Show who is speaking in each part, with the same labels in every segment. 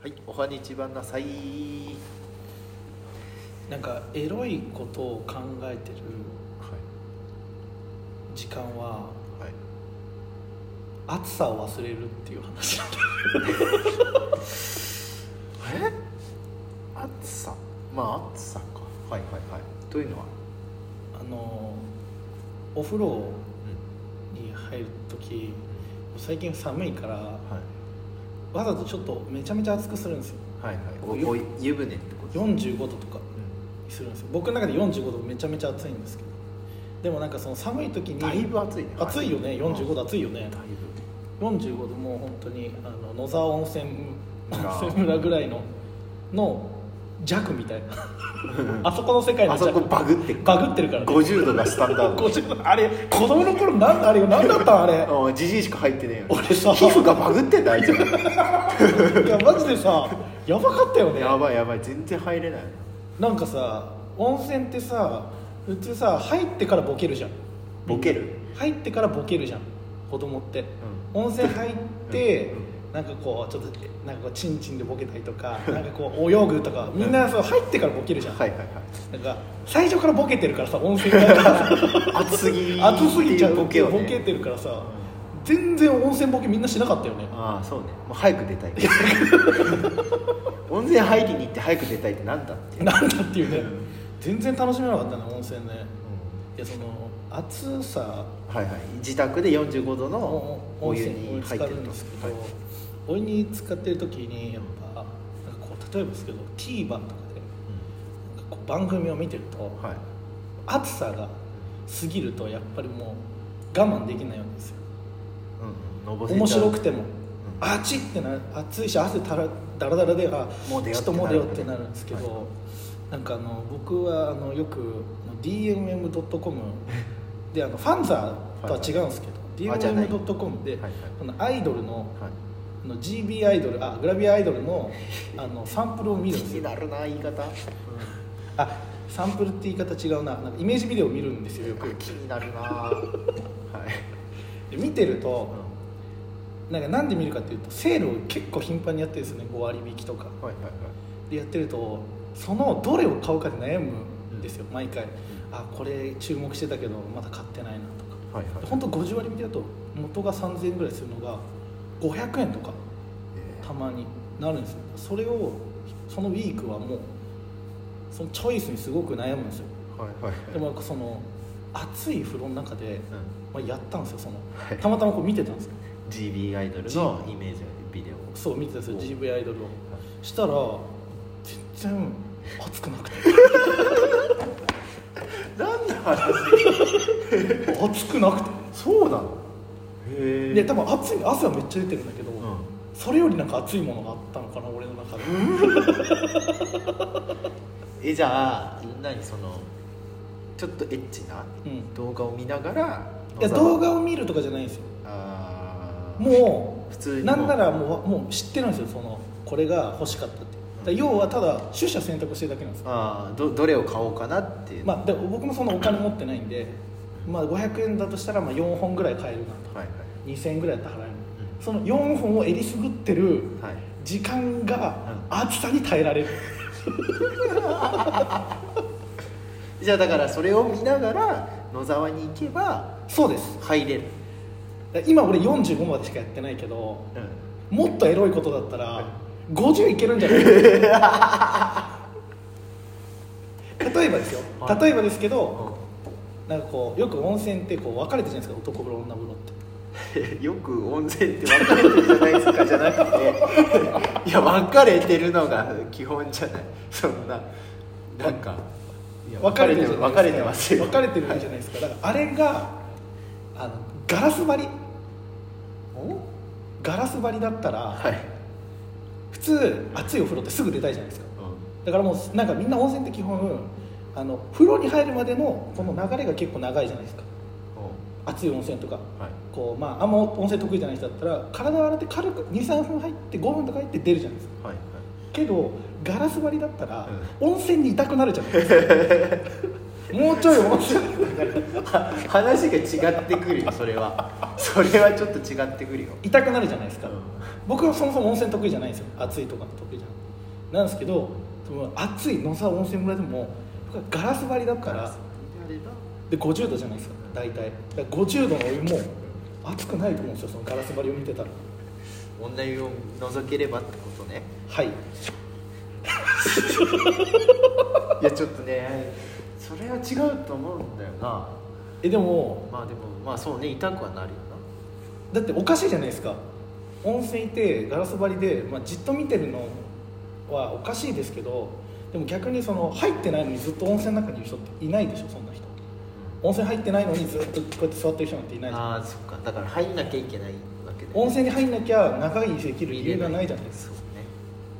Speaker 1: はい、おはにちばんなさい。
Speaker 2: なんかエロいことを考えてる
Speaker 1: は。
Speaker 2: 時間はい
Speaker 1: はい。
Speaker 2: 暑さを忘れるっていう話なんだ
Speaker 1: え暑さ。まあ、暑さか。はいはいはい。というのは。
Speaker 2: あのお風呂
Speaker 1: う
Speaker 2: に入る時
Speaker 1: ん。
Speaker 2: 最近寒いから
Speaker 1: はい。
Speaker 2: わざとちょっとめちゃめちゃ暑くするんですよ
Speaker 1: はいはい。お、
Speaker 2: よ
Speaker 1: お湯船ってこと。
Speaker 2: 45度とか
Speaker 1: う
Speaker 2: にするんですよ僕の中で45度めちゃめちゃ暑いんですけどでもなんかその寒い時
Speaker 1: ん。だい
Speaker 2: に
Speaker 1: ぶ暑いね。
Speaker 2: 暑いよね45度
Speaker 1: だい
Speaker 2: 暑いよね
Speaker 1: ぶ。
Speaker 2: 45度もう本当にあの野沢温泉
Speaker 1: 村
Speaker 2: 温泉村ぐらいのの弱 みたいなあそこの世界の
Speaker 1: あそ
Speaker 2: 弱
Speaker 1: こバグってる。
Speaker 2: バグってるからね
Speaker 1: 五十度がスタンダード。
Speaker 2: 50あれ子供の頃なんだあれ何だ ったんあれ
Speaker 1: あじじいしか入ってねえよ
Speaker 2: 俺さ
Speaker 1: 皮膚がバグってんだあいつら
Speaker 2: いやマジでさやばかったよね
Speaker 1: やばいやばい全然入れない
Speaker 2: なんかさ温泉ってさ普通さ入ってからボケるじゃん
Speaker 1: ボケる
Speaker 2: 入ってからボケるじゃん子供って、温泉入って、なんかこうちょっとなんかこうチンチンでボケたりとかなんかこう泳ぐとかみんなそう入ってからボケるじゃん、
Speaker 1: はいはいはい
Speaker 2: なんか最初からボケてるからさ温泉がさ
Speaker 1: 暑すぎ
Speaker 2: 熱すぎちゃう
Speaker 1: っていう
Speaker 2: ボ
Speaker 1: ボケ
Speaker 2: ケ
Speaker 1: をね
Speaker 2: てるからさ全然温泉ボケみんなしなかったよね
Speaker 1: ああそうねもう早く出たい温泉入りに行って早く出たいってなんだっていう、
Speaker 2: なんだっていうね全然楽しめなかったな温泉ねいやその暑さ
Speaker 1: はいはい自宅で45度の
Speaker 2: お
Speaker 1: お
Speaker 2: 湯
Speaker 1: 湯
Speaker 2: に
Speaker 1: に入
Speaker 2: 浸
Speaker 1: っ
Speaker 2: か
Speaker 1: て
Speaker 2: る
Speaker 1: る
Speaker 2: ん
Speaker 1: と
Speaker 2: ですけど、
Speaker 1: はい
Speaker 2: お湯に浸かってる時にやっぱなんかこう例えばですけど TVer とかでなんかこう番組を見てると
Speaker 1: うんはい
Speaker 2: 暑さが過ぎるとやっぱりもう我慢できないわけですよ
Speaker 1: うんうんのぼせちゃう
Speaker 2: 面白くても、あっちってな暑いし汗たらだらだらであ
Speaker 1: もう出よう
Speaker 2: ちょ
Speaker 1: っ
Speaker 2: って
Speaker 1: な
Speaker 2: と
Speaker 1: る
Speaker 2: もう出ようってなるんですけど、
Speaker 1: は
Speaker 2: なんかあの僕はあのよく DMM.com であのファンザーとは違うんですけど、
Speaker 1: はいはいあじゃない
Speaker 2: DMM.com で、
Speaker 1: はいはい
Speaker 2: このアイドルの
Speaker 1: はい
Speaker 2: あの GB アイドルあグラビアアイドルのあのサンプルを見
Speaker 1: 気
Speaker 2: るんです
Speaker 1: に
Speaker 2: よ
Speaker 1: なるな言い方、
Speaker 2: あサンプルって言い方違うななんかイメージビデオを見るんですよよく
Speaker 1: 気になるなはい、
Speaker 2: で見てるとなんかなんで見るかっていうとセールを結構頻繁にやってるんですよね5割引きとか
Speaker 1: はいはいはい
Speaker 2: でやってるとそのどれを買うかで悩むんですよ毎回あこれ注目してたけどまだ買ってないなとか
Speaker 1: はいはい
Speaker 2: 本当50割引きだと元が3000円ぐらいするのが500円とか
Speaker 1: えー
Speaker 2: たまになるんですよそれをそのウィークはもうそのチョイスにすごく悩むんですよ
Speaker 1: はいはいはい
Speaker 2: でもなんかその暑い風呂の中で、
Speaker 1: うん
Speaker 2: まあ、やったんですよその
Speaker 1: はい
Speaker 2: たまたまこう見てたんですよ
Speaker 1: GB アイドルのイメージビデオ
Speaker 2: そう見てたんですよ
Speaker 1: お
Speaker 2: GV アイドルをしたら全然暑くなくて
Speaker 1: 何の話
Speaker 2: 暑くなくて
Speaker 1: そうなのへえ
Speaker 2: で多分暑い汗はめっちゃ出てるんだけど、
Speaker 1: うん
Speaker 2: それよりなんか暑いものがあったのかな俺の中で
Speaker 1: えじゃあ何そのちょっとエッチな
Speaker 2: うん
Speaker 1: 動画を見ながら
Speaker 2: いや動画
Speaker 1: を
Speaker 2: を見るとかじゃないんですよ
Speaker 1: あー
Speaker 2: もう
Speaker 1: 普通に
Speaker 2: なんならもうもう知ってるんですよそのこれが欲しかったってだから要はただ取捨選択してるだけなんですよ
Speaker 1: あーどどれを買おうかなっていう
Speaker 2: まあでも僕もそんなお金持ってないんで、まあ、500円だとしたらまあ4本ぐらい買えるなと
Speaker 1: はい
Speaker 2: 2000円ぐらいだったら払える
Speaker 1: う
Speaker 2: その4本をえりすぐってる
Speaker 1: はいはい
Speaker 2: 時間が暑さに耐えられる、
Speaker 1: じゃあだからそれを見ながら野沢に行けば
Speaker 2: そうです
Speaker 1: 入れる、
Speaker 2: だから今俺45までしかやってないけど
Speaker 1: うん、
Speaker 2: もっとエロいことだったら50いけるんじゃない 例えばですよ
Speaker 1: はい
Speaker 2: 例えばですけどなんかこうよく温泉ってこう分かれてるじゃないですか男風呂女風呂って
Speaker 1: よく温泉って分かれてるじゃないですかじゃなくて いや分かれてるのが基本じゃないそんななんかいや
Speaker 2: 分かれてるじゃないですか
Speaker 1: 分かれてますよ
Speaker 2: 分かれてるじゃないですかだからあれがあのガラス張りガラス張りだったら、
Speaker 1: はい、はい
Speaker 2: 普通熱いお風呂ってすぐ出たいじゃないですかだからもうなんかみんな温泉って基本あの風呂に入るまでのこの流れが結構長いじゃないですか
Speaker 1: う
Speaker 2: 熱い温泉とか
Speaker 1: んはい
Speaker 2: こうまあ、あんま温泉得意じゃない人だったら体を洗って軽く23分入って5分とか入って出るじゃないですか
Speaker 1: はいはい
Speaker 2: けどガラス張りだったら、温泉にいたくなるじゃないですかもうちょい温泉
Speaker 1: は話が違ってくるよそれはそれはちょっと違ってくるよ
Speaker 2: 痛くなるじゃないですか、
Speaker 1: う
Speaker 2: 僕はそもそも温泉得意じゃないんですよ暑いとか得意じゃないなんですけどその暑い野沢温泉村でも僕はガラス張りだからで50度じゃないですか大体だから50度のお湯も熱くないと思うんですよそのガラス張りを見てたら
Speaker 1: 女湯を除ければってことね
Speaker 2: はい
Speaker 1: いやちょっとねそれは違うと思うんだよな
Speaker 2: えでも
Speaker 1: まあでもまあそうね痛くはなるよ
Speaker 2: だっておかしいじゃないですか温泉いてガラス張りで、まあ、じっと見てるのはおかしいですけどでも逆にその入ってないのにずっと温泉の中にいる人っていないでしょそんな人温泉入ってないのにずっとこうやって座ってる人なんていないじゃん
Speaker 1: なあーそっかだから入んなきゃいけないわけで
Speaker 2: 温泉に入んなきゃ長い生きる理由がないじゃないです
Speaker 1: そ
Speaker 2: か
Speaker 1: うね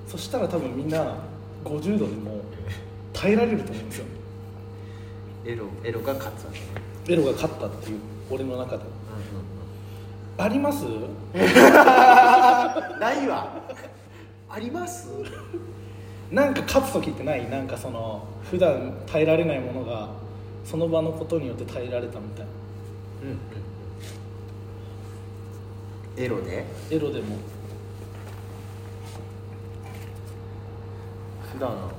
Speaker 2: そしたら多分みんな50度でも耐えられると思うんですよ
Speaker 1: エロエロが勝つわけね
Speaker 2: エロが勝ったっていう俺の中で
Speaker 1: う
Speaker 2: あります
Speaker 1: んうんうんないわあります
Speaker 2: なんか勝つ時ってないなんかその普段耐えられないものがその場のことによって耐えられたみたいな
Speaker 1: うんうんエロね
Speaker 2: エロでも
Speaker 1: 普段の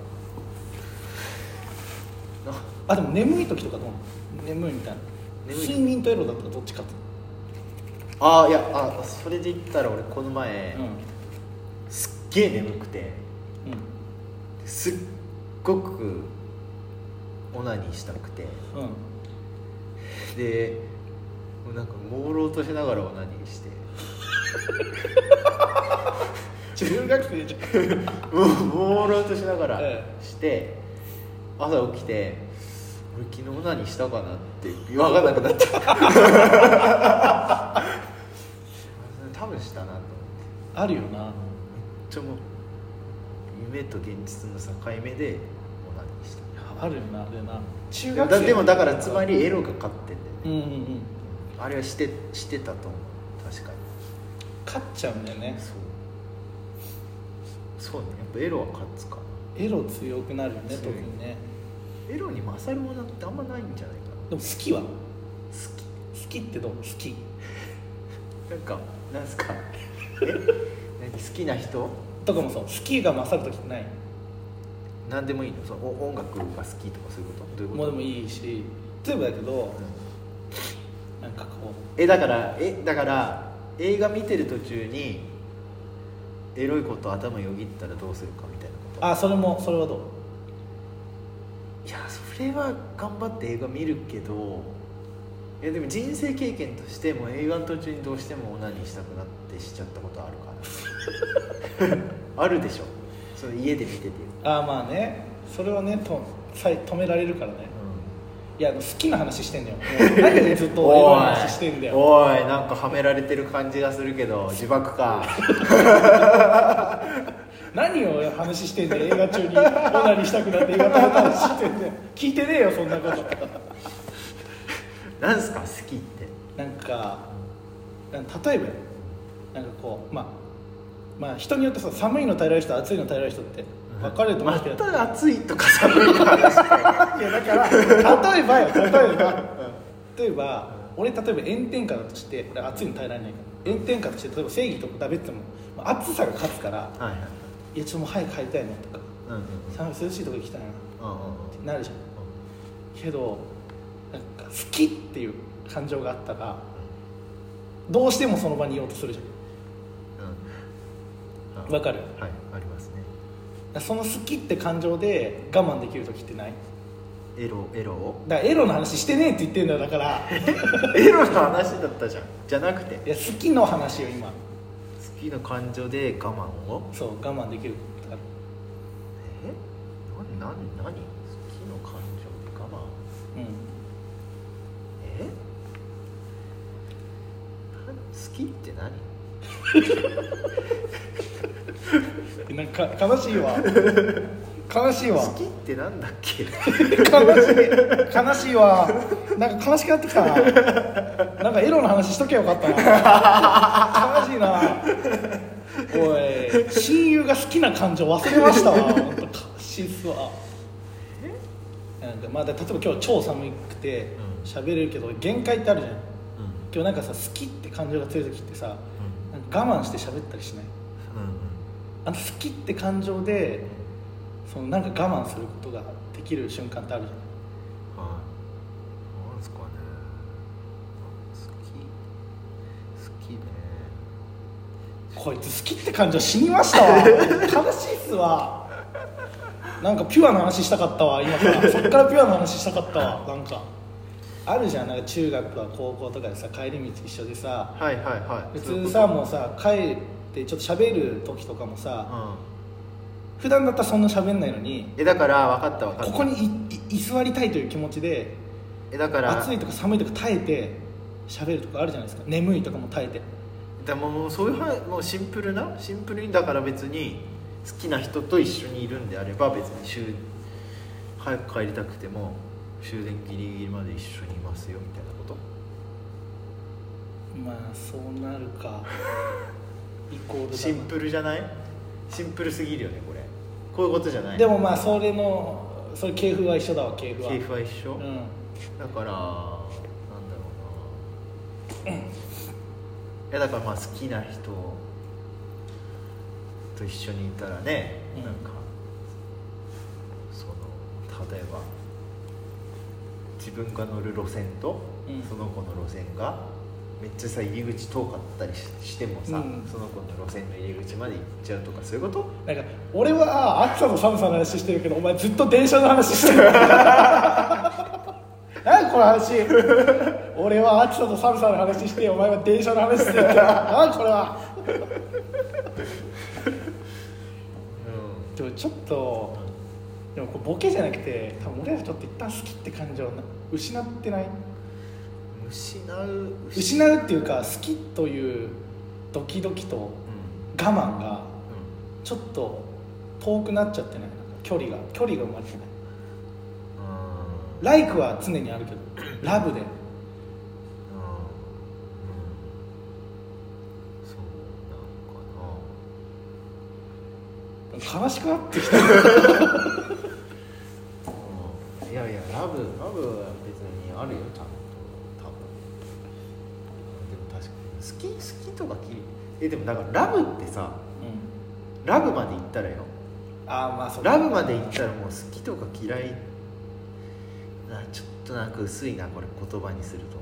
Speaker 2: あでも眠い時とかどうなの眠いみたいな
Speaker 1: 眠い
Speaker 2: 睡眠とエロだったらどっち勝つ
Speaker 1: ああいやあそれで言ったら俺この前、
Speaker 2: う
Speaker 1: すっげえ眠くて
Speaker 2: んうん
Speaker 1: すっごくオナニーしたくて
Speaker 2: うん
Speaker 1: でもうなんか朦朧としながらオナニーして
Speaker 2: 中学生じゃん
Speaker 1: もう朦朧としながら
Speaker 2: え
Speaker 1: して朝起きて俺昨日オナニーしたかなって分かんなくなった 多分したなと思って。
Speaker 2: あるよな
Speaker 1: めっちゃもう夢と現実の境目でオナニーした
Speaker 2: あるよなあれな中
Speaker 1: でも
Speaker 2: 学
Speaker 1: だ
Speaker 2: 生
Speaker 1: でもだからつまりエロが勝ってんだよ
Speaker 2: う
Speaker 1: ね
Speaker 2: んうんうん
Speaker 1: あれはしてしてたと思う確かに
Speaker 2: 勝っちゃうんだよね
Speaker 1: そうそうねやっぱエロは勝つか
Speaker 2: エロ強くなるよね
Speaker 1: 強い
Speaker 2: 特にね
Speaker 1: エロに勝るものってあんまないんじゃないかな
Speaker 2: でも好きは好
Speaker 1: 好き
Speaker 2: きってどう好き
Speaker 1: なんかなんすかえ何好きな人
Speaker 2: とかもそう好きが勝る時ってない
Speaker 1: 何でもいいのそのお音楽が好きとかそういうことどういうこと
Speaker 2: もうでもいいし例えばだけど
Speaker 1: うん
Speaker 2: なんかこう
Speaker 1: えだからえだから映画見てる途中にエロいこと頭よぎったらどうするかみたいなこと
Speaker 2: あそれもそれはどう
Speaker 1: いやそれは頑張って映画見るけどいやでも人生経験としても映画の途中にどうしてもオナニーしたくなってしちゃったことある かなあるでしょその家で見てて、
Speaker 2: あーまあねそれはねとさい止められるからねいやあの好きな話してんのよもう何でずっと エロの話してんだよ
Speaker 1: おいおいなんかはめられてる感じがするけど自爆か
Speaker 2: 何を話してんだよ映画中にオナニーしたくなって映画の話してんだよ聞いてねえよそんなこと
Speaker 1: なんすか好きって
Speaker 2: なんかなんか例えばよなんかこうまあまあ人によってさ寒いの耐えられる人暑いの耐えられる人って分かれると思うんですけど、
Speaker 1: た暑いとか寒いとか
Speaker 2: いやだから例えばよ例えば例えば俺例えば炎天下だとして俺暑いの耐えられないから炎天下として例えば正義とかだべってもまあ暑さが勝つから
Speaker 1: はいはい
Speaker 2: いやちょっともう早く帰りたいなとか
Speaker 1: うんうんうん
Speaker 2: 寒い涼しいとこ行きたいなっ
Speaker 1: うんうんうん
Speaker 2: てなるじゃんけどなんか好きっていう感情があったらどうしてもその場にいようとするじ
Speaker 1: うん
Speaker 2: ゃ
Speaker 1: うんん
Speaker 2: わかる
Speaker 1: はいありますね
Speaker 2: その好きって感情で我慢できる時ってない
Speaker 1: エロエロ
Speaker 2: だからエロの話してねえって言ってんだよだから
Speaker 1: エロの話だったじゃんじゃなくて
Speaker 2: いや好きの話よ今
Speaker 1: 好きの感情で我慢を
Speaker 2: そう我慢できるとか
Speaker 1: えな何何好きの感情で我慢
Speaker 2: うん
Speaker 1: えな好きって何
Speaker 2: えなんか悲し いわ悲しいわ
Speaker 1: 好きってなんだっけ
Speaker 2: 悲しい悲しいわなんか悲しくなってきたななんかエロの話しとけばよかったな悲しいなおい親友が好きな感情忘れましたわ本当悲しいっすわなんかまあ、だ例えば今日超寒くて
Speaker 1: うん
Speaker 2: 喋れるけど限界ってあるじゃん
Speaker 1: うん
Speaker 2: 今日なんかさ好きって感情が強い時ってさなんか我慢して喋ったりしないあの好きって感情でそのなんか我慢することができる瞬間ってあるじゃない
Speaker 1: はいなんですかね好き好きね
Speaker 2: こいつ好きって感情死にましたわ悲しいっすわなんかピュアな話したかったわ今からそっからピュアな話したかったわなんかあるじゃんなんか中学とか高校とかでさ帰り道一緒でさ
Speaker 1: はいはいはい
Speaker 2: 普通さ
Speaker 1: う
Speaker 2: もうさ帰ってちょっと喋る時とかもさ
Speaker 1: ん
Speaker 2: 普段だったらそんな喋んないのに
Speaker 1: えだから分かった分かった
Speaker 2: ここにいい居座りたいという気持ちで
Speaker 1: えだから
Speaker 2: 暑いとか寒いとか耐えて喋るとかあるじゃないですか眠いとかも耐えて
Speaker 1: でももうそういうはもうシンプルなシンプルにだから別に好きな人と一緒にいるんであれば別に終早く帰りたくても終電ギリギリまで一緒にいますよみたいなこと
Speaker 2: まあそうなる かイコールだな
Speaker 1: シンプルじゃないシンプルすぎるよねこれこういうことじゃない
Speaker 2: でもまあそれのそれ系譜は一緒だわ系譜は
Speaker 1: 系譜は一緒、
Speaker 2: う
Speaker 1: だ
Speaker 2: ん
Speaker 1: からなんだろうないやだからまあ好きな人と一緒にいたらね、
Speaker 2: うん
Speaker 1: なんかその例えば自分が乗る路線と、
Speaker 2: うん
Speaker 1: その子の路線がめっちゃさ入り口遠かったりししてもさ、
Speaker 2: うん
Speaker 1: その子の路線の入り口まで行っちゃうとかそういうこと
Speaker 2: なんか俺は暑さと寒さの話してるけどお前ずっと電車の話して るなんこの話俺は暑さと寒さの話してお前は電車の話してるけどなんこれは
Speaker 1: う
Speaker 2: でもちょっとでもこれボケじゃなくて多分俺らちょっと一旦好きって感情な失ってない
Speaker 1: ん失う
Speaker 2: 失うっていうか好きというドキドキと
Speaker 1: う
Speaker 2: 我慢が
Speaker 1: んうん
Speaker 2: ちょっと遠くなっちゃってないなんか距離が距離が生まれてない
Speaker 1: うん
Speaker 2: ライクは常にあるけどラブで
Speaker 1: うんうんそうなんか
Speaker 2: 悲しくなってきた
Speaker 1: な、うん、いやいやラブラブは別にあるよちゃんと多分でも確かに好き好きとかきえでもだからラブってさラブまで行ったらよ
Speaker 2: ああまあそう
Speaker 1: ラブまで行ったらもう好きとか嫌いあちょっとなんか薄いなこれ言葉にすると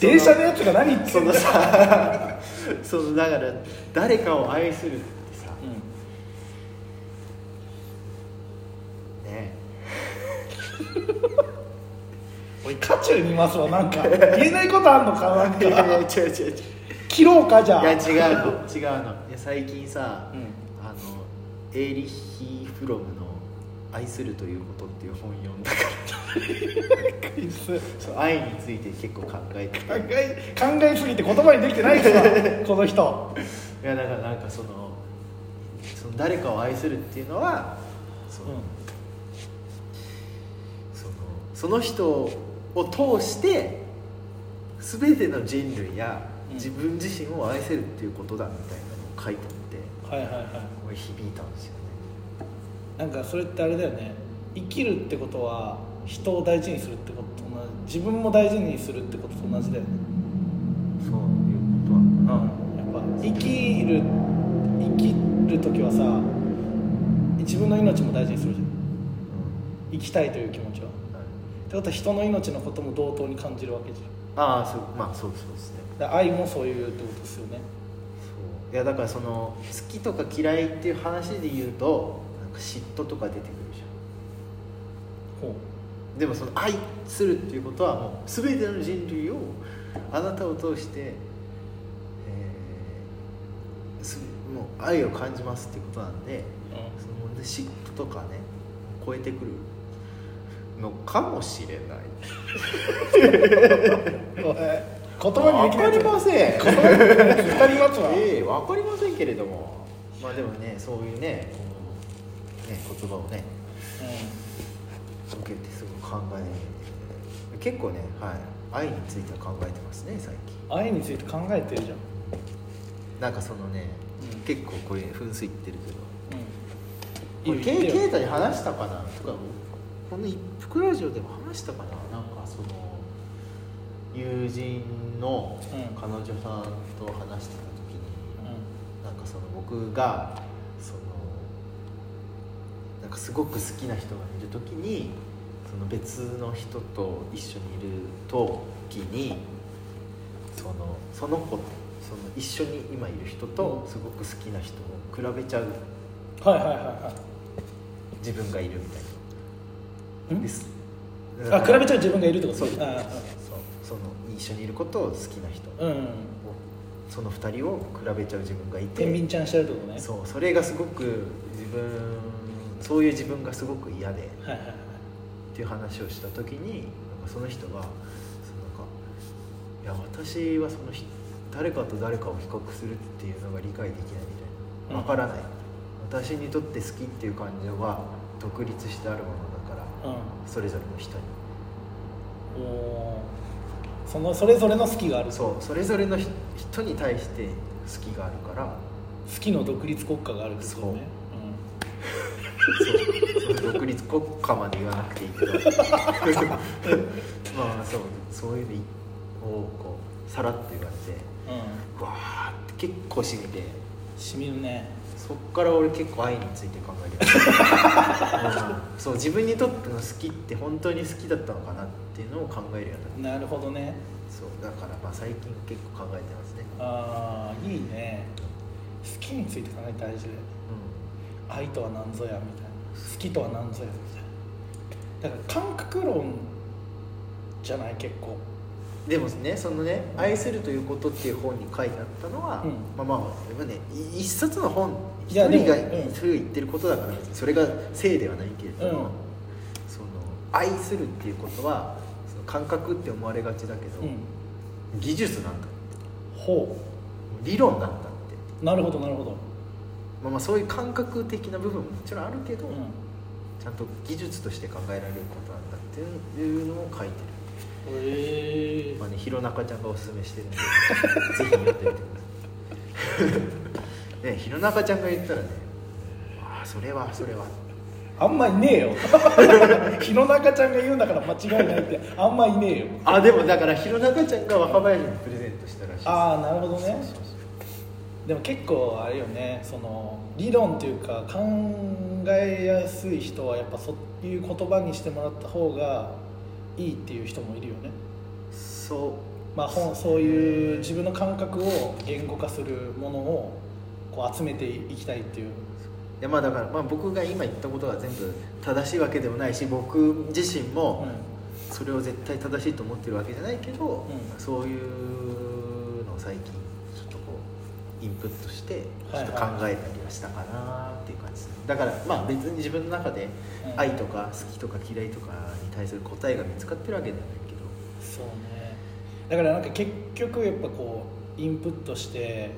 Speaker 2: 電車のやつが何言って
Speaker 1: そ
Speaker 2: んだ
Speaker 1: のさ そのだから誰かを愛するってさ
Speaker 2: う
Speaker 1: ね
Speaker 2: んおい渦中にいますわなんか言えないことあんのかなん
Speaker 1: いやいや
Speaker 2: か
Speaker 1: 違う違う違う
Speaker 2: 切ろうかじ
Speaker 1: いや
Speaker 2: ゃあ
Speaker 1: 違うの違うのいや最近さ、
Speaker 2: うん
Speaker 1: あのエーリッヒ・フロムの「愛するということ」っていう本読んだから
Speaker 2: クイズ
Speaker 1: そう愛について結構考えて
Speaker 2: 考
Speaker 1: たい
Speaker 2: え考えすぎて言葉にできてない ですわこの人
Speaker 1: やだからなんかそのその誰かを愛するっていうのはその,、
Speaker 2: う
Speaker 1: そのその人を通して全ての人類や
Speaker 2: うん
Speaker 1: 自分自身を愛せるっていうことだみたいなのを書いてあって
Speaker 2: んはいはいはい
Speaker 1: これ響いたんですよね
Speaker 2: なんかそれってあれだよね生きるってことは人を大事にするってことと同じ自分も大事にするってことと同じだよね、
Speaker 1: そういうことは
Speaker 2: うん、やっぱ生きる生きる時はさ自分の命も大事にするじゃん生きたいという気持ちはっ
Speaker 1: はい
Speaker 2: てことは人の命のことも同等に感じるわけじゃ
Speaker 1: ああそうまあそうそうですね
Speaker 2: んだから愛もそういうってことですよね
Speaker 1: そういやだからその好きとか嫌いっていう話で言うとなんか嫉妬とか出てくるじゃ
Speaker 2: ほうん
Speaker 1: でもその愛するっていうことはもう全ての人類をあなたを通して、えーすもう愛を感じますっていうことなんでそので嫉妬とかね超えてくるのかもしれない
Speaker 2: おい言葉にできない
Speaker 1: わかりません
Speaker 2: 2人待つわ
Speaker 1: ええわかりませんけれどもまあでもねそういうねこうね言葉をね受けてすごく考えて結構ねはい愛については考えてますね最近
Speaker 2: うん愛について考えてるじゃん
Speaker 1: なんかそのね、
Speaker 2: うん
Speaker 1: 結構これ噴水いってるけど
Speaker 2: うん
Speaker 1: これ
Speaker 2: いい
Speaker 1: ケイ
Speaker 2: よ言って
Speaker 1: ケ
Speaker 2: よ
Speaker 1: イタに話したかなとかこの一服ラジオでも話したかななんかその友人の
Speaker 2: うん
Speaker 1: 彼女さんと話してた時に、なんか好その僕がそのなんかすごく好きな人がいる時にその別の人と一緒にいる時にそのその子その一緒に今いる人とすごく好きな人を比べちゃう
Speaker 2: はいはいはいは
Speaker 1: 自分がいるみたい
Speaker 2: い
Speaker 1: なんです。
Speaker 2: あ比べちゃう自分がいるってこと
Speaker 1: そう
Speaker 2: ねあ
Speaker 1: そうその一緒にいることを好きな人
Speaker 2: あうんうん
Speaker 1: その2人を比べちゃう自分がいて
Speaker 2: 天秤ちゃんしてるってことね
Speaker 1: そうそれがすごく自分そういう自分がすごく嫌でっ
Speaker 2: はいはいはい
Speaker 1: ていう話をした時になんかその人がそのなんか「いや私はそのひ誰かと誰かを比較するっていうのが理解できないみたいな
Speaker 2: うん
Speaker 1: 分からない、私にとって好きっていう感情は独立してあるものだからそれぞれの人に
Speaker 2: うんおーそのそれぞれの好きがある好
Speaker 1: そうそれぞれのひ人に対して好きがあるから
Speaker 2: きの独立国家があるってことね
Speaker 1: そうその独立国家まで言わなくていいけど まあそうそういうのをこうさらって言われて
Speaker 2: うん、うん、
Speaker 1: わーって結構しみて
Speaker 2: しみるね
Speaker 1: そっから俺結構愛について考えてる、 うんそう自分にとっての好きって本当に好きだったのかなっていうのを考えるようになっ
Speaker 2: なるほどね
Speaker 1: たそうだからまあ最近結構考えてますね、
Speaker 2: ああいいね好きについて考えて大事だよね愛とは何ぞやみたいな好きとは何ぞやみたいなだから感覚論じゃない結構
Speaker 1: うん、でもねそのね「愛するということ」っていう本に書いてあったのは、
Speaker 2: うん
Speaker 1: まあまあでもねい一冊の本一
Speaker 2: いや
Speaker 1: 人が
Speaker 2: でもうん
Speaker 1: それを言ってることだから別にそれが正ではないけれども、
Speaker 2: うん
Speaker 1: その愛するっていうことはその感覚って思われがちだけど、
Speaker 2: うん
Speaker 1: 技術なんだ
Speaker 2: ほ
Speaker 1: 理論なんだって、
Speaker 2: うなるほどなるほど
Speaker 1: まあ、まあそういう感覚的な部分ももちろんあるけど、
Speaker 2: う
Speaker 1: ちゃんと技術として考えられることなんだっていうのを書いてる
Speaker 2: んへえ
Speaker 1: まあね、弘中ちゃんがおすすめしてる んでぜひ読んでみて くださいね弘中ちゃんが言ったらねああそれはそれは
Speaker 2: あんまいねえ よ日の中ちゃんが言うんだから間違いないってあんまいねえよ
Speaker 1: あでもだから弘中ちゃんが若林にプレゼントしたらしいです
Speaker 2: ああなるほどね
Speaker 1: そうそう
Speaker 2: でも結構あれよねその理論というか考えやすい人はやっぱそういう言葉にしてもらった方がいいっていう人もいるよね
Speaker 1: そう
Speaker 2: まあ本そういう自分の感覚を言語化するものをこう集めていきたいっていう
Speaker 1: いやまあだから、まあ、僕が今言ったことが全部正しいわけでもないし僕自身
Speaker 2: うん
Speaker 1: もそれを絶対正しいと思ってるわけじゃないけど、
Speaker 2: うん
Speaker 1: そういうのを最近ちょっとこうインプットしてちょ
Speaker 2: はいは
Speaker 1: っ
Speaker 2: い
Speaker 1: と考えたりはしたかなっていう感じですね、だからまあ別に自分の中で
Speaker 2: うん
Speaker 1: 愛とか好きとか嫌いとかに対する答えが見つかってるわけではないけど
Speaker 2: そうねだからなんか結局やっぱこうインプットして、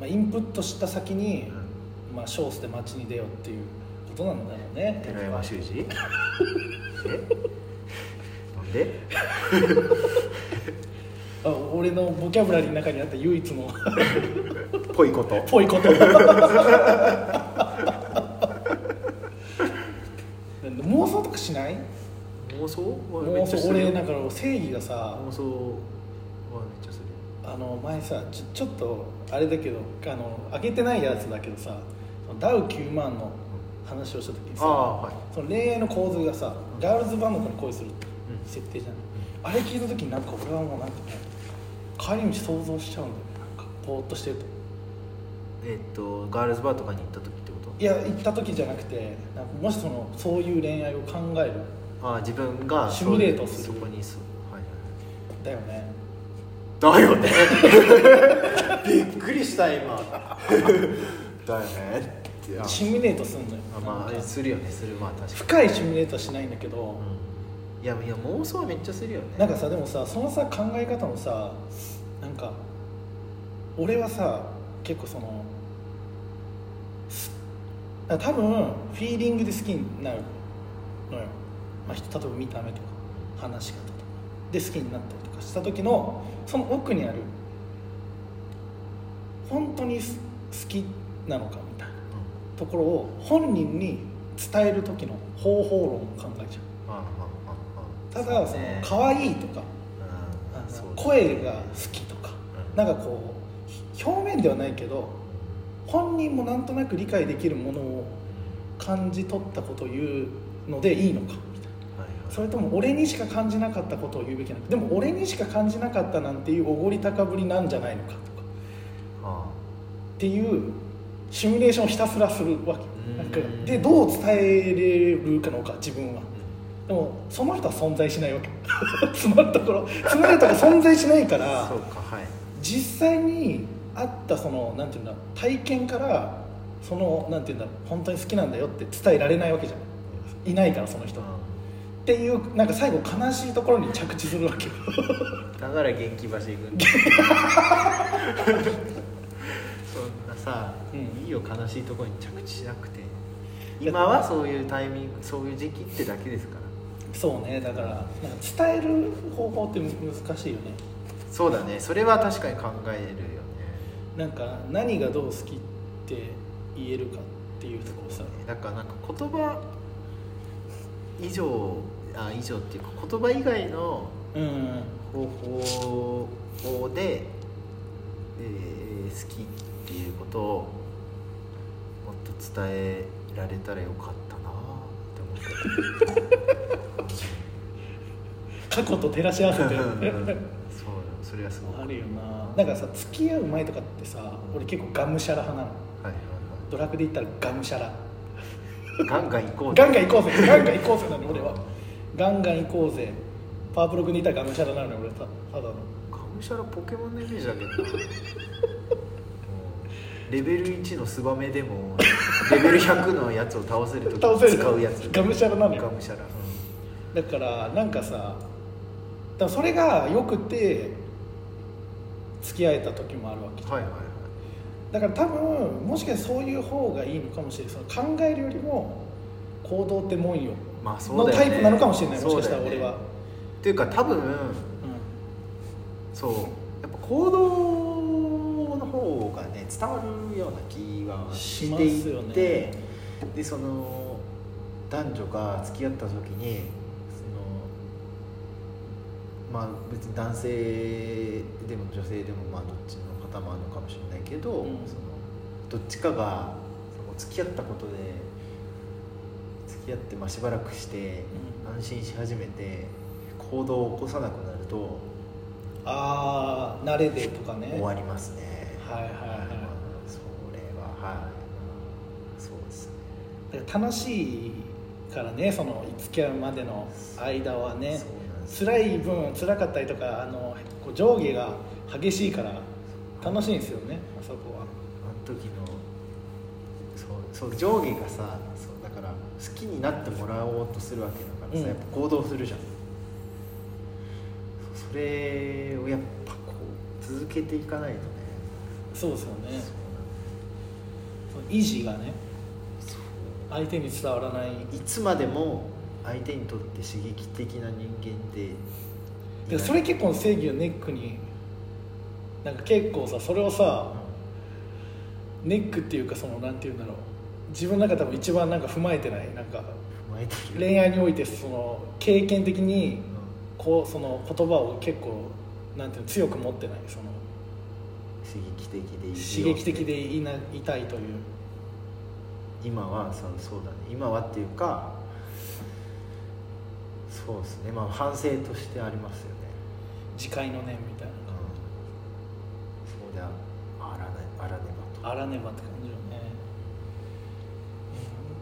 Speaker 2: まあ、インプットした先に、まあ、ショースで街に出ようっていうことなんだろうね
Speaker 1: 寺山修 司えなんで
Speaker 2: あ俺のボキャブラリーの中にあった唯 一の
Speaker 1: ぽいこと
Speaker 2: ぽいこと 妄想とかしない
Speaker 1: 妄想はめ
Speaker 2: 妄
Speaker 1: っちゃ
Speaker 2: 想
Speaker 1: する
Speaker 2: 俺だから正義がさ
Speaker 1: 妄想はめっちゃする
Speaker 2: あの前さちょちょっとあれだけどあの上げてないやつだけどさダウ9万の話をした時に
Speaker 1: あ
Speaker 2: さ
Speaker 1: あはい
Speaker 2: その恋愛の構図がさガールズバンドから恋するって設定じゃない、あれ聞いた時になんか俺はもうなんかね帰り道想像しちゃうんだよねなんかぼーっとしてると
Speaker 1: えっとガールズバーとかに行った時ってこと
Speaker 2: いや行った時じゃなくてなんかもしそのそういう恋愛を考える
Speaker 1: ああ自分が
Speaker 2: シミュレートする
Speaker 1: そうそこにそうはい
Speaker 2: だよね
Speaker 1: だよ ねびっくりした今 だよねって
Speaker 2: シミュレートすんのよ
Speaker 1: あま
Speaker 2: な
Speaker 1: あ
Speaker 2: んか
Speaker 1: するよねするまあ確か
Speaker 2: 深いシミュレートはしないんだけど、
Speaker 1: に、うん、いやいや妄想はめっちゃするよね
Speaker 2: なんかさでもさそのさ考え方もさなんか俺はさ結構そのすあ多分フィーリングで好きになるのよ、まあ、人例えば見た目とか話し方とかで好きになったりとかした時のその奥にある本当にす好きなのかみたいな
Speaker 1: うん
Speaker 2: ところを本人に伝える時の方法論を考えちゃう
Speaker 1: まあまあ
Speaker 2: た
Speaker 1: まあまあ
Speaker 2: だその
Speaker 1: ね
Speaker 2: 可愛いとか
Speaker 1: うんそうだね
Speaker 2: 声が好きとか
Speaker 1: うん
Speaker 2: なんかこうひ表面ではないけど本人もなんとなく理解できるものを感じ取ったことを言うのでいいのかみたい
Speaker 1: はい
Speaker 2: なそれとも俺にしか感じなかったことを言うべきなのかでも俺にしか感じなかったなんていうおごり高ぶりなんじゃないのかとか
Speaker 1: は
Speaker 2: っていうシミュレーションをひたすらするわ
Speaker 1: うん
Speaker 2: けなんかでどう伝えれるかのか自分はでもその人は存在しないわけ つまるところつまるところ存在しないか
Speaker 1: あ
Speaker 2: ら
Speaker 1: そうかはい
Speaker 2: 実際にあったそのなんていうんだ体験からそのなんていうんだろう本当に好きなんだよって伝えられないわけじゃんいないからその人はっていうなんか最後悲しいところに着地するわけよ
Speaker 1: だから元気橋行くんだそんなさ、
Speaker 2: うん
Speaker 1: いいよ悲しいところに着地しなくて今はそういうタイミングそういう時期ってだけですから
Speaker 2: そうねだからなんか伝える方法って難しいよね
Speaker 1: そうだねそれは確かに考えるよね
Speaker 2: なんか何がどう好きって言えるかっていうところさ
Speaker 1: だからなんか言葉以上あ以上っていうか言葉以外の
Speaker 2: うん
Speaker 1: 方法で、えー好きっていうことをもっと伝えられたらよかったなって
Speaker 2: 過去と照らし合わせて
Speaker 1: 思ってそうよそれはすごく
Speaker 2: あ
Speaker 1: はい
Speaker 2: るよななんかさ付き合う前とかってさ俺結構がむしゃら派なの
Speaker 1: はいは
Speaker 2: ドラクで言ったらがむしゃら
Speaker 1: いガンガン行こう
Speaker 2: ガンガン行こうぜガンガン行こうぜなの俺はガンガン行こうぜパワープロ君にいたらがむしゃらなのよ俺はたただの
Speaker 1: ガムシャラポケモンのイメージだけどなもうレベル1のスバメでもレベル100のやつを倒せるとき
Speaker 2: 倒せる
Speaker 1: 使うやつ
Speaker 2: がむしゃらな
Speaker 1: ガ
Speaker 2: のよ
Speaker 1: ムシャラう
Speaker 2: だからなんかさだからそれがよくて付き合えた時もあるわけ
Speaker 1: んはいはいはい
Speaker 2: だから多分もしかしたらそういう方がいいのかもしれないその考えるよりも行動ってもんよ
Speaker 1: まあそうだ
Speaker 2: の
Speaker 1: よね
Speaker 2: タイプなのかもしれないもしかしたら
Speaker 1: そうだ
Speaker 2: 俺
Speaker 1: よね
Speaker 2: は
Speaker 1: っていうか多分そうやっぱ行動の方がね伝わるような気はしてい
Speaker 2: しますよ
Speaker 1: て、
Speaker 2: ね
Speaker 1: でその男女が付き合った時にそのまあ別に男性でも女性でもまあどっちの方もあるのかもしれないけど、
Speaker 2: うん
Speaker 1: そのどっちかがその付き合ったことで付き合ってまあしばらくして
Speaker 2: う
Speaker 1: 安心し始めて行動を起こさなくなると
Speaker 2: ああ慣れでとかね
Speaker 1: 終わりますね
Speaker 2: はいはいは
Speaker 1: それははいそうですね
Speaker 2: いだから楽しいからねその付き合うまでの間はね
Speaker 1: そうなんですよ
Speaker 2: 辛い分辛かったりとかあのこう上下が激しいから楽しいんですよねあそこは
Speaker 1: あの時のそうそう上下がさそうだから好きになってもらおうとするわけだからさ、
Speaker 2: うん
Speaker 1: やっぱ行動するじゃんそうそれをやっぱこう続けていかないとね
Speaker 2: そうですよね
Speaker 1: そうなん
Speaker 2: その維持がね
Speaker 1: ですそう
Speaker 2: 相手に伝わらない
Speaker 1: いつまでも相手にとって刺激的な人間ってい
Speaker 2: で
Speaker 1: ない
Speaker 2: それ結構正義をネックになんか結構さそれをさネックっていうかそのなんて言うんだろう自分の中で多分一番なんか踏まえてないなんか
Speaker 1: 踏まえてる
Speaker 2: 恋愛においてその経験的に
Speaker 1: うん
Speaker 2: こうその言葉を結構なんていうの強く持ってないその
Speaker 1: 刺激的でいい
Speaker 2: 刺激的でいないたいという
Speaker 1: 今はそうそうだね今はっていうかそうですねまあ反省としてありますよね、
Speaker 2: 自戒の念みたい
Speaker 1: うん、そうでああらねあらねばと
Speaker 2: なあらねばって感じよねいや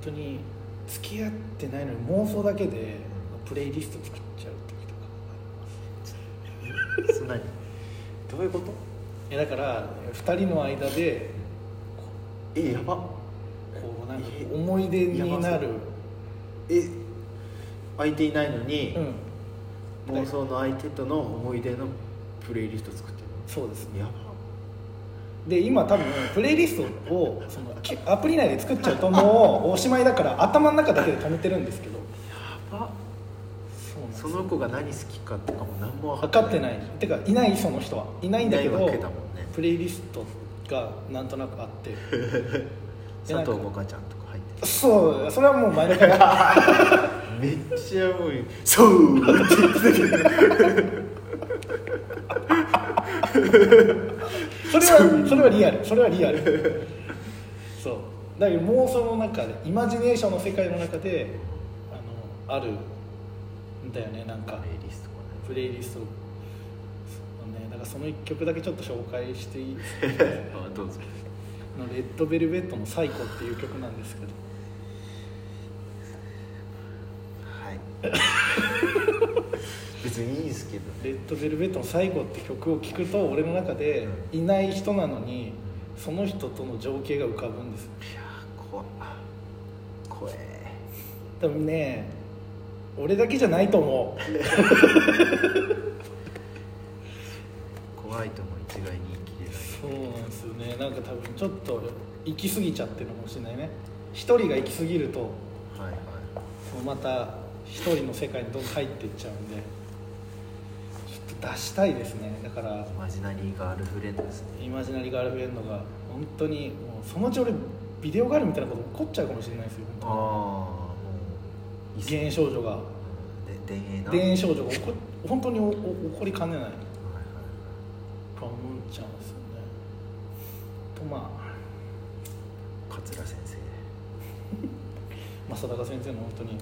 Speaker 2: 本当に付き合ってないのに妄想だけでプレイリスト作っちゃう時とかあります
Speaker 1: そんなにどういうこと
Speaker 2: いやだから2人の間で
Speaker 1: えやば
Speaker 2: こうなんか思い出になる、
Speaker 1: え相手いないのに、
Speaker 2: うん、
Speaker 1: 妄想の相手との思い出のプレイリスト作って
Speaker 2: そうです
Speaker 1: るの
Speaker 2: ね
Speaker 1: やば
Speaker 2: で今多分プレイリストをそのけアプリ内で作っちゃうともうおしまいだから頭の中だけで止めてるんですけど
Speaker 1: やば
Speaker 2: そうなんです
Speaker 1: その子が何好きかとかも何も
Speaker 2: 分
Speaker 1: 分か
Speaker 2: かっ
Speaker 1: ってて
Speaker 2: な
Speaker 1: ない
Speaker 2: いてかいないその人はいないんだけど
Speaker 1: いないわけだもんね
Speaker 2: プレイリストがなんとなくあって
Speaker 1: 佐藤萌歌ちゃんとか入って
Speaker 2: そうそれはもう前 のから
Speaker 1: るめっちゃもうそうって言ってたけど
Speaker 2: それはそれはリアルそれはリアルだけど妄想の中でイマジネーションの世界の中であのあるんだよねなんか
Speaker 1: プレイリストかね
Speaker 2: プレイリストそうねだからその1曲だけちょっと紹介していいですか
Speaker 1: あどうぞ
Speaker 2: あのレッドベルベットの「サイコ」っていう曲なんですけど
Speaker 1: はい別にいいんですけどね
Speaker 2: レッドベルベットの「最後」って曲を聴くと俺の中でいない人なのにその人との情景が浮かぶんで
Speaker 1: い
Speaker 2: す
Speaker 1: やー怖っ怖え
Speaker 2: 多分ね俺だけじゃないと思
Speaker 1: 怖いとも一概に言い切れな
Speaker 2: う
Speaker 1: い
Speaker 2: そうなんですよねなんか多分ちょっと行き過ぎちゃってるのかもしれないね一人が行き過ぎると
Speaker 1: はいはい
Speaker 2: そうまた一人の世界にどんどん入っていっちゃうんでちょっと出したいですねだから
Speaker 1: イマジナリーガールフレンドですね
Speaker 2: イマジナリーガールフレンドが本当にもうそのうち俺ビデオガールみたいなこと起こっちゃうかもしれないですよ
Speaker 1: ああも
Speaker 2: 本
Speaker 1: う
Speaker 2: 当に幻影少女が
Speaker 1: で電影な
Speaker 2: 田園少女が起こ本当におお起こりかねない
Speaker 1: はいはい
Speaker 2: と思っちゃうんですよねとまあ
Speaker 1: 桂先生
Speaker 2: 正隆先生の本当に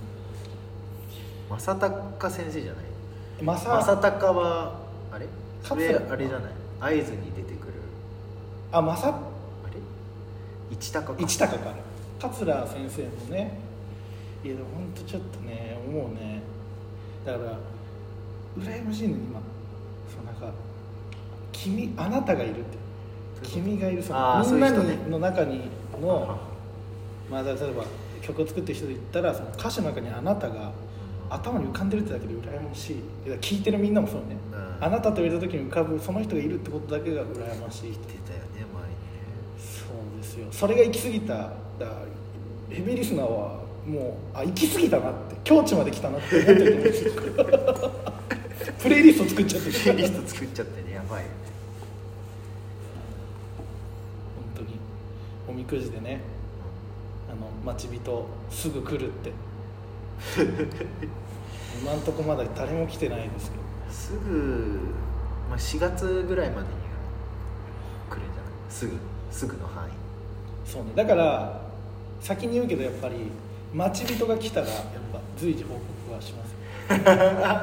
Speaker 1: 正隆先生じゃない正
Speaker 2: 正
Speaker 1: 隆はあれそれ
Speaker 2: 桂
Speaker 1: あれじゃない合図に出てくる
Speaker 2: あ正
Speaker 1: あれ一高か
Speaker 2: 一高か桂先生もねいやでも本当ちょっとね思うねだから羨ましいね今そうなんか君あなたがいるって
Speaker 1: そういうこと
Speaker 2: 君がいるそ
Speaker 1: あ
Speaker 2: の
Speaker 1: ー
Speaker 2: みんなに
Speaker 1: そういう人ね
Speaker 2: の中にの
Speaker 1: は
Speaker 2: まあ、だから例えば曲を作ってる人で言ったらその歌詞の中にあなたが頭に浮かんでるってだけで羨ましいだから聴いてるみんなもそうね、
Speaker 1: うん
Speaker 2: あなたと言われた時に浮かぶその人がいるってことだけが羨ましいって
Speaker 1: 出たよね
Speaker 2: そうですよそれが行き過ぎただからヘビーリスナーはもうあ行き過ぎたなって境地まで来たなって思ってると思うんですよプレイリスト作っちゃってる
Speaker 1: 前にねリ スト作っちゃってねやばいよね
Speaker 2: 本当におみくじでねあの待ち人すぐ来るって今んとこまだ誰も来てないですけど
Speaker 1: すぐ、まあ、4月ぐらいまでに来るんじゃないすぐすぐの範囲
Speaker 2: そうねだから先に言うけどやっぱり待ち人が来たらやっぱ随時報告はしますよ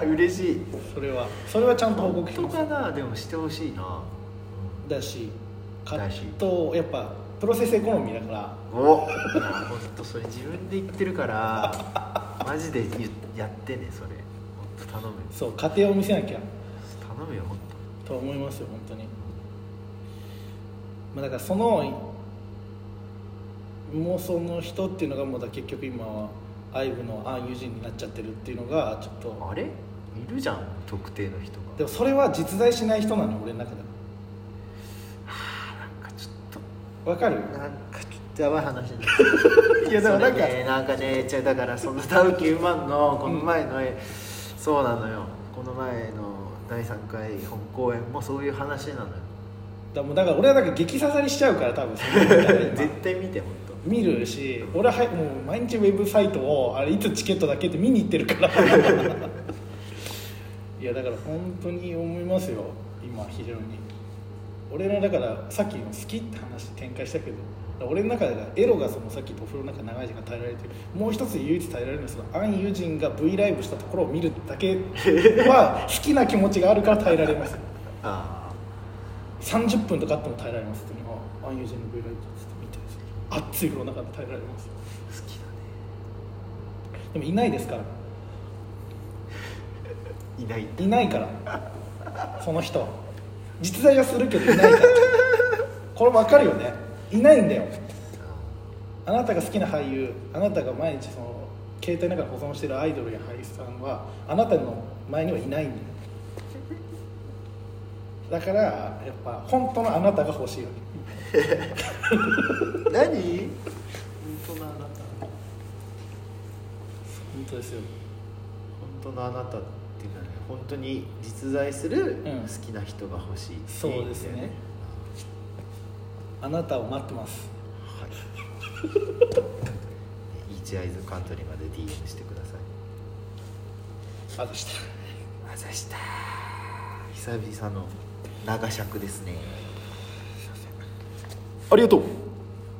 Speaker 1: 嬉しい
Speaker 2: それはそれはちゃんと報
Speaker 1: 本
Speaker 2: 告し
Speaker 1: 当
Speaker 2: ます
Speaker 1: かなでもしてほしいな
Speaker 2: だしカ
Speaker 1: だし
Speaker 2: ットやっぱプロセスエコノミーだから
Speaker 1: おいや本当それ自分で言ってるからマジで言やってねそれ本当頼むよ
Speaker 2: そう家庭を見せなきゃ
Speaker 1: 頼むよ本
Speaker 2: と思いますよ本当に、まあ、だからその妄想の人っていうのがもうだ結局今は IVE のアン・ユジンになっちゃってるっていうのがちょっ
Speaker 1: 当
Speaker 2: と
Speaker 1: あれいるじゃん特定の人が
Speaker 2: でもそれは実在しない人なの俺の中で
Speaker 1: なんかちょっ
Speaker 2: わかる
Speaker 1: となんかちょっとやばい話になっ
Speaker 2: いやでもなんか
Speaker 1: それねなんかねじゃあだからそのダウキウマンのこの前の、そうなのよこの前の第3回本公演もそういう話なのよ
Speaker 2: だもうだから俺はなんか激刺さりしちゃうから多分その人が今
Speaker 1: 絶対見て本当
Speaker 2: 見るし俺ははいもう毎日ウェブサイトをあれいつチケットだっけって見に行ってるからいやだから本当に思いますよ今非常に俺のだからさっきの好きって話展開したけど俺の中ではエロがそのさっきとお風呂の中長い時間耐えられてるもう一つ唯一耐えられるのはそのアン・ユジンが V ライブしたところを見るだけは好きな気持ちがあるから耐えられます
Speaker 1: あ
Speaker 2: 30分とかあっても耐えられますっていうのはアン・ユジンの V ライブちょっと見てです熱い風呂の中で耐えられますよ
Speaker 1: あ好きだね
Speaker 2: でもいないですから
Speaker 1: いない
Speaker 2: いないからその人実在はするけどいないからこれ分かるよねいないんだよあなたが好きな俳優あなたが毎日その携帯の中で保存してるアイドルや俳優さんはあなたの前にはいないんだよだからやっぱ本当のあなたが欲しいよね
Speaker 1: 何本当のあなた
Speaker 2: 本当ですよ
Speaker 1: 本当のあなたっていうのはね本当に実在する
Speaker 2: うん
Speaker 1: 好きな人が欲しい、
Speaker 2: そうです
Speaker 1: い
Speaker 2: ね
Speaker 1: いんだよ
Speaker 2: あなたを待ってます
Speaker 1: はい。イーチアイズカントリーまで DM してください。
Speaker 2: あでした
Speaker 1: あざした。久々の長尺ですね。ありがとう。